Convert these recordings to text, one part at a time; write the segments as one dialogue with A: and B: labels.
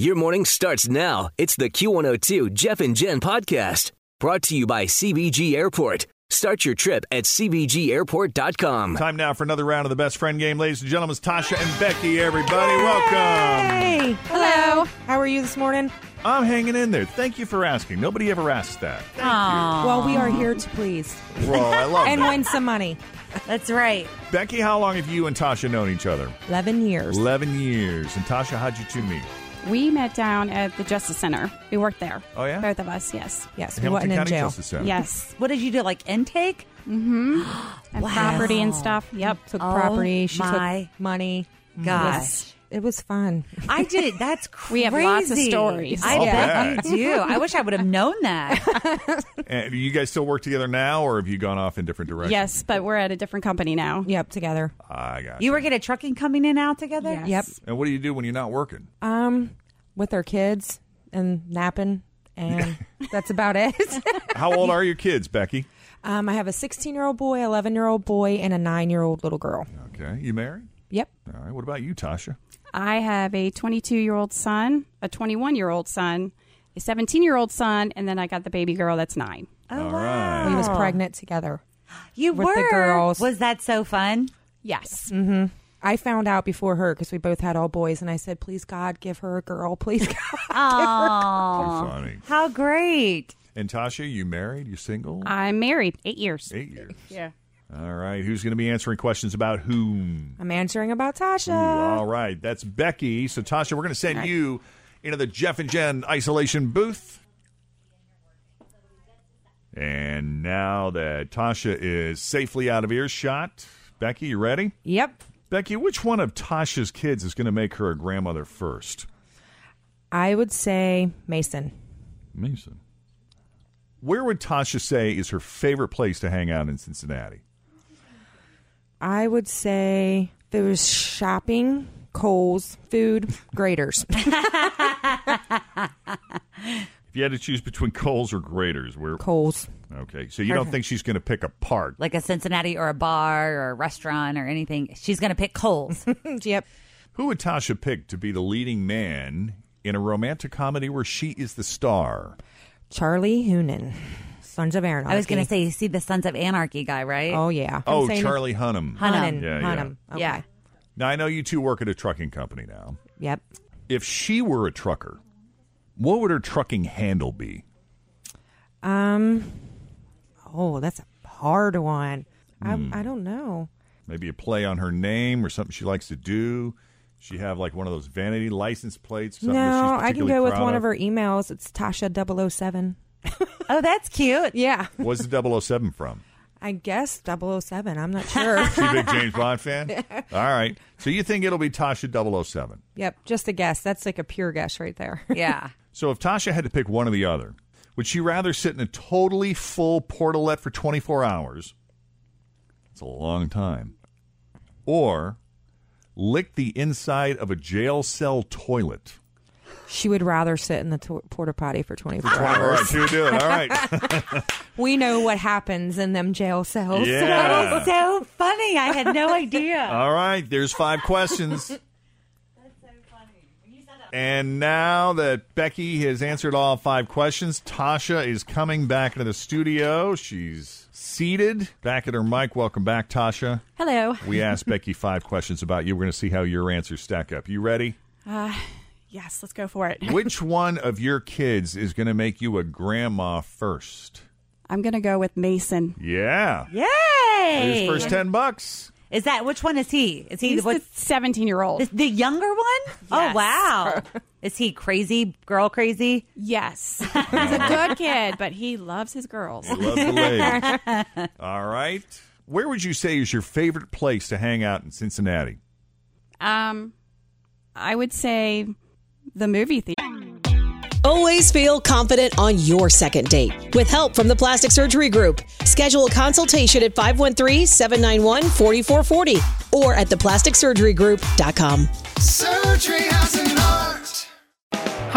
A: Your morning starts now. It's the Q102 Jeff and Jen podcast brought to you by CBG Airport. Start your trip at CBGAirport.com.
B: Time now for another round of the best friend game, ladies and gentlemen. It's Tasha and Becky, everybody. Welcome.
C: Hey. Hello. How are you this morning?
B: I'm hanging in there. Thank you for asking. Nobody ever asks that. Thank
C: Well, we are here to please
B: you. Well, I love
C: and
B: that.
C: win some money.
D: That's right.
B: Becky, how long have you and Tasha known each other?
C: 11 years.
B: 11 years. And Tasha, how'd you two meet?
E: We met down at the Justice Center. We worked there.
B: Oh, yeah?
E: Both of us, yes.
C: Yes, we
B: Hamilton
C: wasn't in
B: County
C: jail.
B: Justice Center.
E: Yes.
D: What did you do? Like intake?
E: And property and stuff. Yep.
C: Took
D: Oh
C: property. She
D: my
C: took money.
D: Gosh.
C: It was fun.
D: I did. That's crazy.
E: We have lots of stories.
D: I
B: I'll
D: bet
B: bet.
D: you do. I wish I would have known that.
B: And you guys still work together now, or have you gone off in different directions?
E: Yes, but we're at a different company now.
C: Yep, together.
B: I got
D: You work at a trucking coming in out together?
E: Yes.
C: Yep.
B: And what do you do when you're not working?
C: Um, with our kids and napping, and that's about it.
B: How old are your kids, Becky?
C: um, I have a 16 year old boy, 11 year old boy, and a nine year old little girl.
B: Okay. You married?
C: Yep.
B: All right. What about you, Tasha?
E: I have a 22 year old son, a 21 year old son, a 17 year old son, and then I got the baby girl that's nine.
D: Oh,
B: All
D: wow.
B: right.
C: He was pregnant together.
D: You
C: With
D: were.
C: the girls.
D: Was that so fun?
E: Yes.
C: I found out before her because we both had all boys, and I said, "Please God, give her a girl. Please God."
B: That's
D: Oh,
B: funny.
D: how great.
B: And Tasha, you married? You single?
E: I'm married eight years.
B: Eight years.
E: Yeah.
B: All right. Who's going to be answering questions about whom?
C: I'm answering about Tasha.
B: All right. That's Becky. So, Tasha, we're going to send you into the Jeff and Jen isolation booth. And now that Tasha is safely out of earshot, Becky, you ready?
C: Yep.
B: Becky, which one of Tasha's kids is going to make her a grandmother first?
C: I would say Mason.
B: Mason. Where would Tasha say is her favorite place to hang out in Cincinnati?
C: I would say if it was shopping, Kohl's, food, graders.
B: If you had to choose between Coles or Graders, where?
C: Kohl's.
B: Okay, so you don't think she's going to pick a part?
D: Like a Cincinnati or a bar or a restaurant or anything. She's going to pick Coles.
C: Yep.
B: Who would Tasha pick to be the leading man in a romantic comedy where she is the star?
C: Charlie Hoonan, Sons of Aaron.
D: I was going to say, you see the Sons of Anarchy guy, right?
C: Oh yeah.
B: oh,
C: I'm saying
B: Charlie Hunnam.
C: Hunnam.
B: Yeah, yeah.
C: Hunnam. Okay.
D: Yeah.
B: Now, I know you two work at a trucking company now.
C: Yep.
B: If she were a trucker, what would her trucking handle be?
C: Um. Oh, that's a hard one.
B: Hmm.
C: I I don't know.
B: Maybe a play on her name or something she likes to do? She have like one of those vanity license plates? Something that
C: no,
B: she's
C: I can
B: particularly
C: go with
B: proud
C: one of
B: of
C: her emails. It's Tasha 007.
D: Oh, that's cute.
C: Yeah.
B: Where's the 007 from?
C: I guess 007. I'm not sure.
B: She a big James Bond fan? All right. So you think it'll be Tasha 007?
C: yep. Just a guess. That's like a pure guess right there.
D: Yeah.
B: So if Tasha had to pick one or the other, would she rather sit in a totally full portalette for 24 hours? It's a long time. Or lick the inside of a jail cell toilet.
C: she would rather sit in the to- porta potty for 24
B: All
C: hours.
B: right, you do it. All right.
C: We know what happens in them jail cells.
B: Yeah.
D: So funny. I had no idea.
B: All right, there's five questions. And now that Becky has answered all five questions, Tasha is coming back into the studio. She's seated back at her mic. Welcome back, Tasha.
E: Hello.
B: We asked Becky five questions about you. We're going to see how your answers stack up. You ready?
E: Yes, let's go for it.
B: Which one of your kids is going to make you a grandma first?
E: I'm going to go with Mason.
B: Yeah.
D: Yay!
B: Here's first 10 bucks.
D: Is that which one is he? Is he
E: He's
D: the, what,
E: the 17 year old.
D: the, the younger one? Oh
E: Yes.
D: wow! is he crazy girl crazy?
E: Yes. He's a good kid, but he loves his girls.
B: Love the lady. All right. Where would you say is your favorite place to hang out in Cincinnati?
E: Um, I would say the movie theater.
F: Always feel confident on your second date. With help from the Plastic Surgery Group, schedule a consultation at 513 791 4440 or at theplasticsurgerygroup.com.
G: Surgery has an art.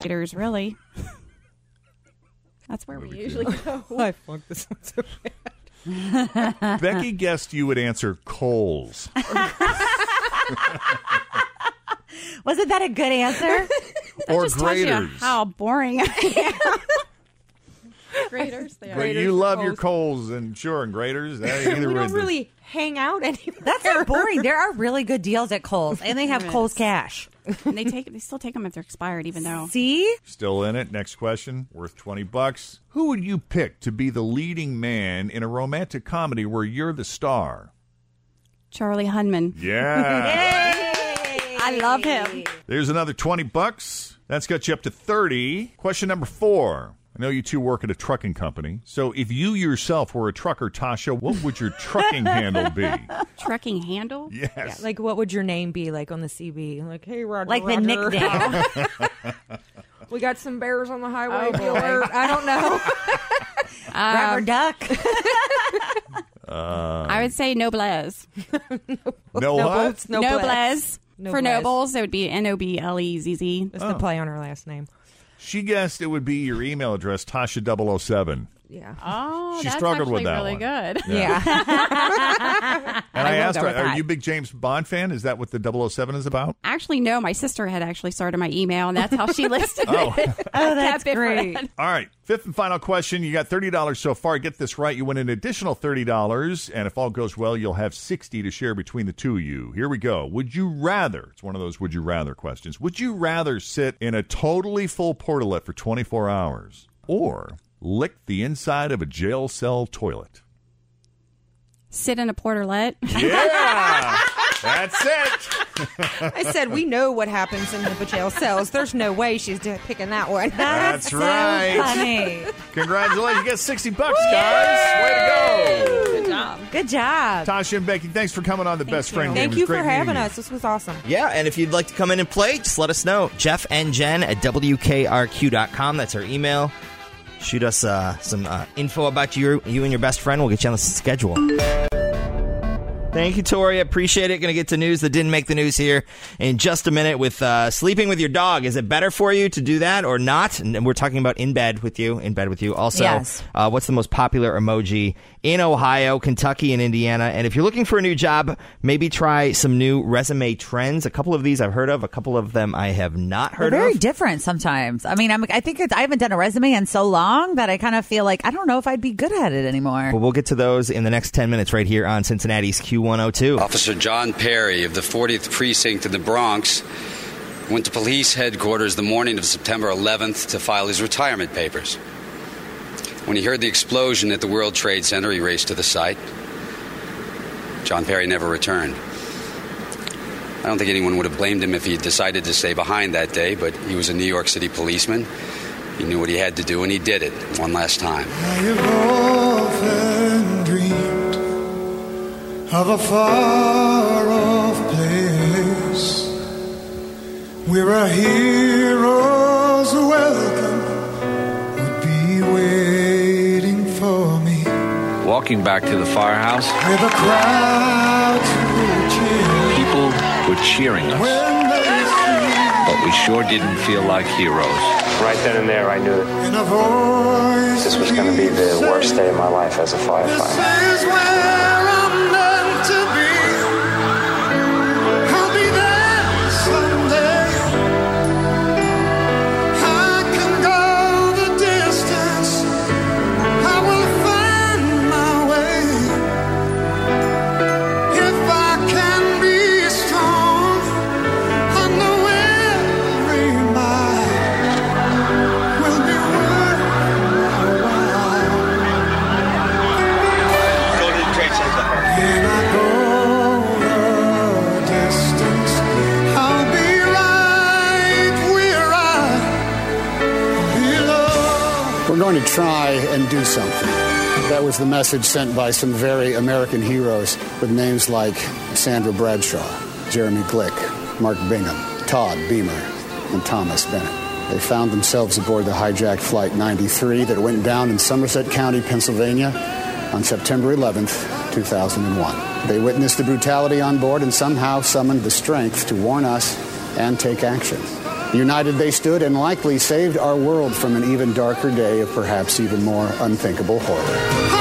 E: Theaters, really. That's where we usually go.
C: I flunked this one so bad.
B: Becky guessed you would answer Coles.
D: Wasn't that a good answer?
B: or
E: Just tells you
B: graders.
E: How boring. Graders, they
B: But you love your Coles and sure and graders. That either
C: We
B: way
C: don't
B: is-
C: really hang out anymore.
D: That's not boring. There are really good deals at Kohl's, and they have Kohl's cash.
E: and they take, they still take them if they're expired, even though.
D: See,
B: still in it. Next question, worth twenty bucks. Who would you pick to be the leading man in a romantic comedy where you're the star?
E: Charlie Hunman.
B: Yeah.
E: I love him.
B: There's another twenty bucks. That's got you up to thirty. Question number four. I know you two work at a trucking company. So if you yourself were a trucker, Tasha, what would your trucking handle be?
E: Trucking handle.
B: Yes.
C: Yeah, like, what would your name be like on the CB? Like, hey, Roger.
D: like the
C: Roger.
D: nickname.
C: We got some bears on the
D: Oh,
C: highway. be alert. I don't know.
D: Rubber duck.
E: I would say noblesse.
B: no, what?
C: Nobles.
E: Noblesse. For
C: Noblesse.
E: nobles, it would be N O B L E Z Z.
C: That's the play on her last name.
B: She guessed it would be your email address, Tasha007.
C: Yeah.
E: Oh,
B: She
E: that's
B: struggled with
E: actually really good.
B: that one.
C: yeah.
B: And I,
E: will
B: asked
E: go
B: her,
E: with
B: are
E: that.
B: you a big James Bond fan? Is that what the 007 is about?
E: Actually, no. My sister had actually started my email, and that's how she listed
B: Oh.
E: it. oh, that's
D: great.
B: All right. Fifth and final question. You got $30 so far. Get this right. You win an additional $30. And if all goes well, you'll have 60 to share between the two of you. Here we go. Would you rather? It's one of those would you rather questions. Would you rather sit in a totally full portalette for 24 hours or lick the inside of a jail cell toilet?
E: Sit in a porterlet.
B: Yeah. That's it.
C: I said, we know what happens in the jail cells. There's no way she's d- picking that one.
B: That's
D: so
B: right.
D: Funny.
B: Congratulations. You got 60 bucks, guys. Way to go.
E: Good job.
D: Good job.
B: Tasha and Becky, thanks for coming on the Best Friend Game.
C: Thank
B: It was
C: you for
B: great meeting
C: having
B: you.
C: us. This was awesome.
G: Yeah, and if you'd like to come in and play, just let us know. Jeff and Jen at WKRQ.com. That's our email. Shoot us uh, some uh, info about you, you and your best friend. We'll get you on the schedule. Thank you, Tori. Appreciate it. Going to get to news that didn't make the news here in just a minute with uh, sleeping with your dog. Is it better for you to do that or not? And we're talking about in bed with you, in bed with you. Also,
D: Yes.
G: uh, what's the most popular emoji in Ohio, Kentucky, and Indiana? And if you're looking for a new job, maybe try some new resume trends. A couple of these I've heard of, a couple of them I have not heard
D: They're very
G: of.
D: different sometimes. I mean, I'm, I think it's, I haven't done a resume in so long that I kind of feel like I don't know if I'd be good at it anymore.
G: but we'll get to those in the next 10 minutes right here on Cincinnati's Q102.
H: Officer John Perry of the 40th Precinct in the Bronx went to police headquarters the morning of September 11th to file his retirement papers. When he heard the explosion at the World Trade Center, he raced to the site. John Perry never returned. I don't think anyone would have blamed him if he had decided to stay behind that day, but he was a New York City policeman. He knew what he had to do, and he did it one last time.
I: often dreamed of a far off place where a hero's welcome would be waiting for me
J: Walking back to the firehouse,
I: with a crowd to cheer
J: people were cheering us,
I: when they see
J: but we sure didn't feel like heroes. Right then and there, I knew it.
I: in a voice.
J: This was going to be the worst day of my life as a
I: This
J: firefighter.
I: is where I'm meant to be. I'll be there someday. I can go the distance. I will find my way. If I can be strong, I know every mile will be worth my while. Can I go the distance? I'll be right where I belong.
K: We're going to try and do something. That was the message sent by some very American heroes with names like Sandra Bradshaw, Jeremy Glick, Mark Bingham, Todd Beamer, and Thomas Bennett. They found themselves aboard the hijacked Flight 93 that went down in Somerset County, Pennsylvania on September 11th, 2001. They witnessed the brutality on board and somehow summoned the strength to warn us and take action. United they stood and likely saved our world from an even darker day of perhaps even more unthinkable horror.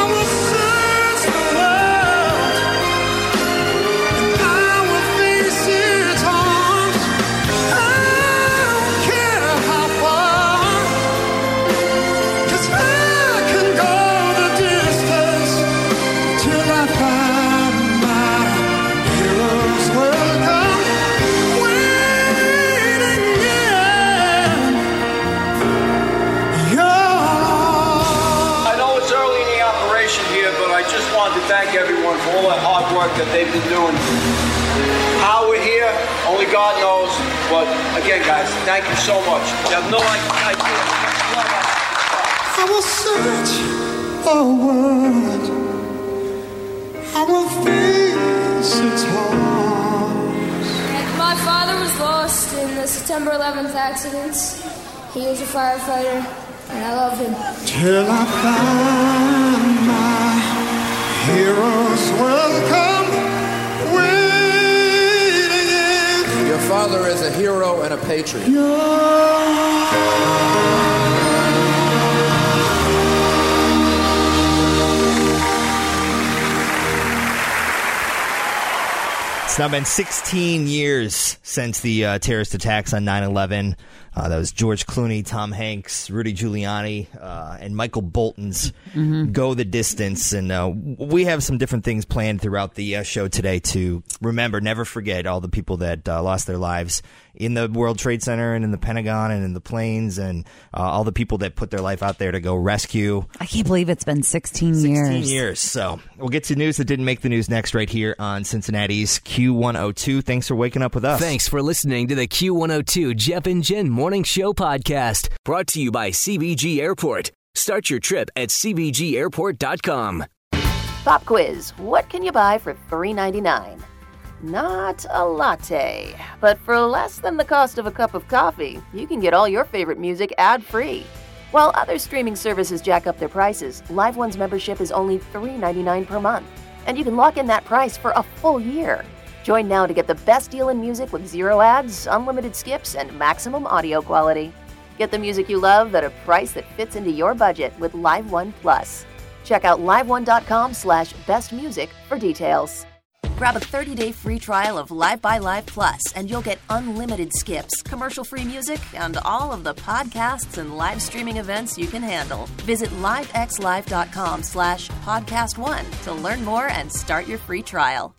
L: I know it's early in the operation here, but I just wanted to thank everyone for all that hard work that they've been doing. How we're here, only God knows. But again, guys, thank you so much. You have no idea.
I: I will search the world. I will face its harms.
M: My father was lost in the September 11th accidents. He was a firefighter, and I love him.
I: Till I find my heroes welcome waiting in
N: Your father is a hero and a patriot.
G: It's now been 16 years since the uh, terrorist attacks on 9 11. Uh, that was George Clooney, Tom Hanks, Rudy Giuliani, uh, and Michael Bolton's
D: Mm-hmm.
G: Go the Distance. And uh, we have some different things planned throughout the uh, show today to remember, never forget all the people that uh, lost their lives in the World Trade Center and in the Pentagon and in the planes and uh, all the people that put their life out there to go rescue.
D: I can't believe it's been 16,
G: 16 years. So we'll get to news that didn't make the news next, right here on Cincinnati's Q102. Thanks for waking up with us.
A: Thanks for listening to the Q102 Jeff and Jen Morning Show podcast, brought to you by CBG Airport. Start your trip at CBGAirport.com.
O: Pop quiz What can you buy for $3.99? Not a latte, but for less than the cost of a cup of coffee, you can get all your favorite music ad free. While other streaming services jack up their prices, LiveOne's membership is only $3.99 per month, and you can lock in that price for a full year. Join now to get the best deal in music with zero ads, unlimited skips, and maximum audio quality. Get the music you love at a price that fits into your budget with LiveOne Plus. Check out liveone.com slash bestmusic for details. Grab a 30-day free trial of Live by Live Plus, and you'll get unlimited skips, commercial-free music, and all of the podcasts and live streaming events you can handle. Visit livexlive.com slash podcast one to learn more and start your free trial.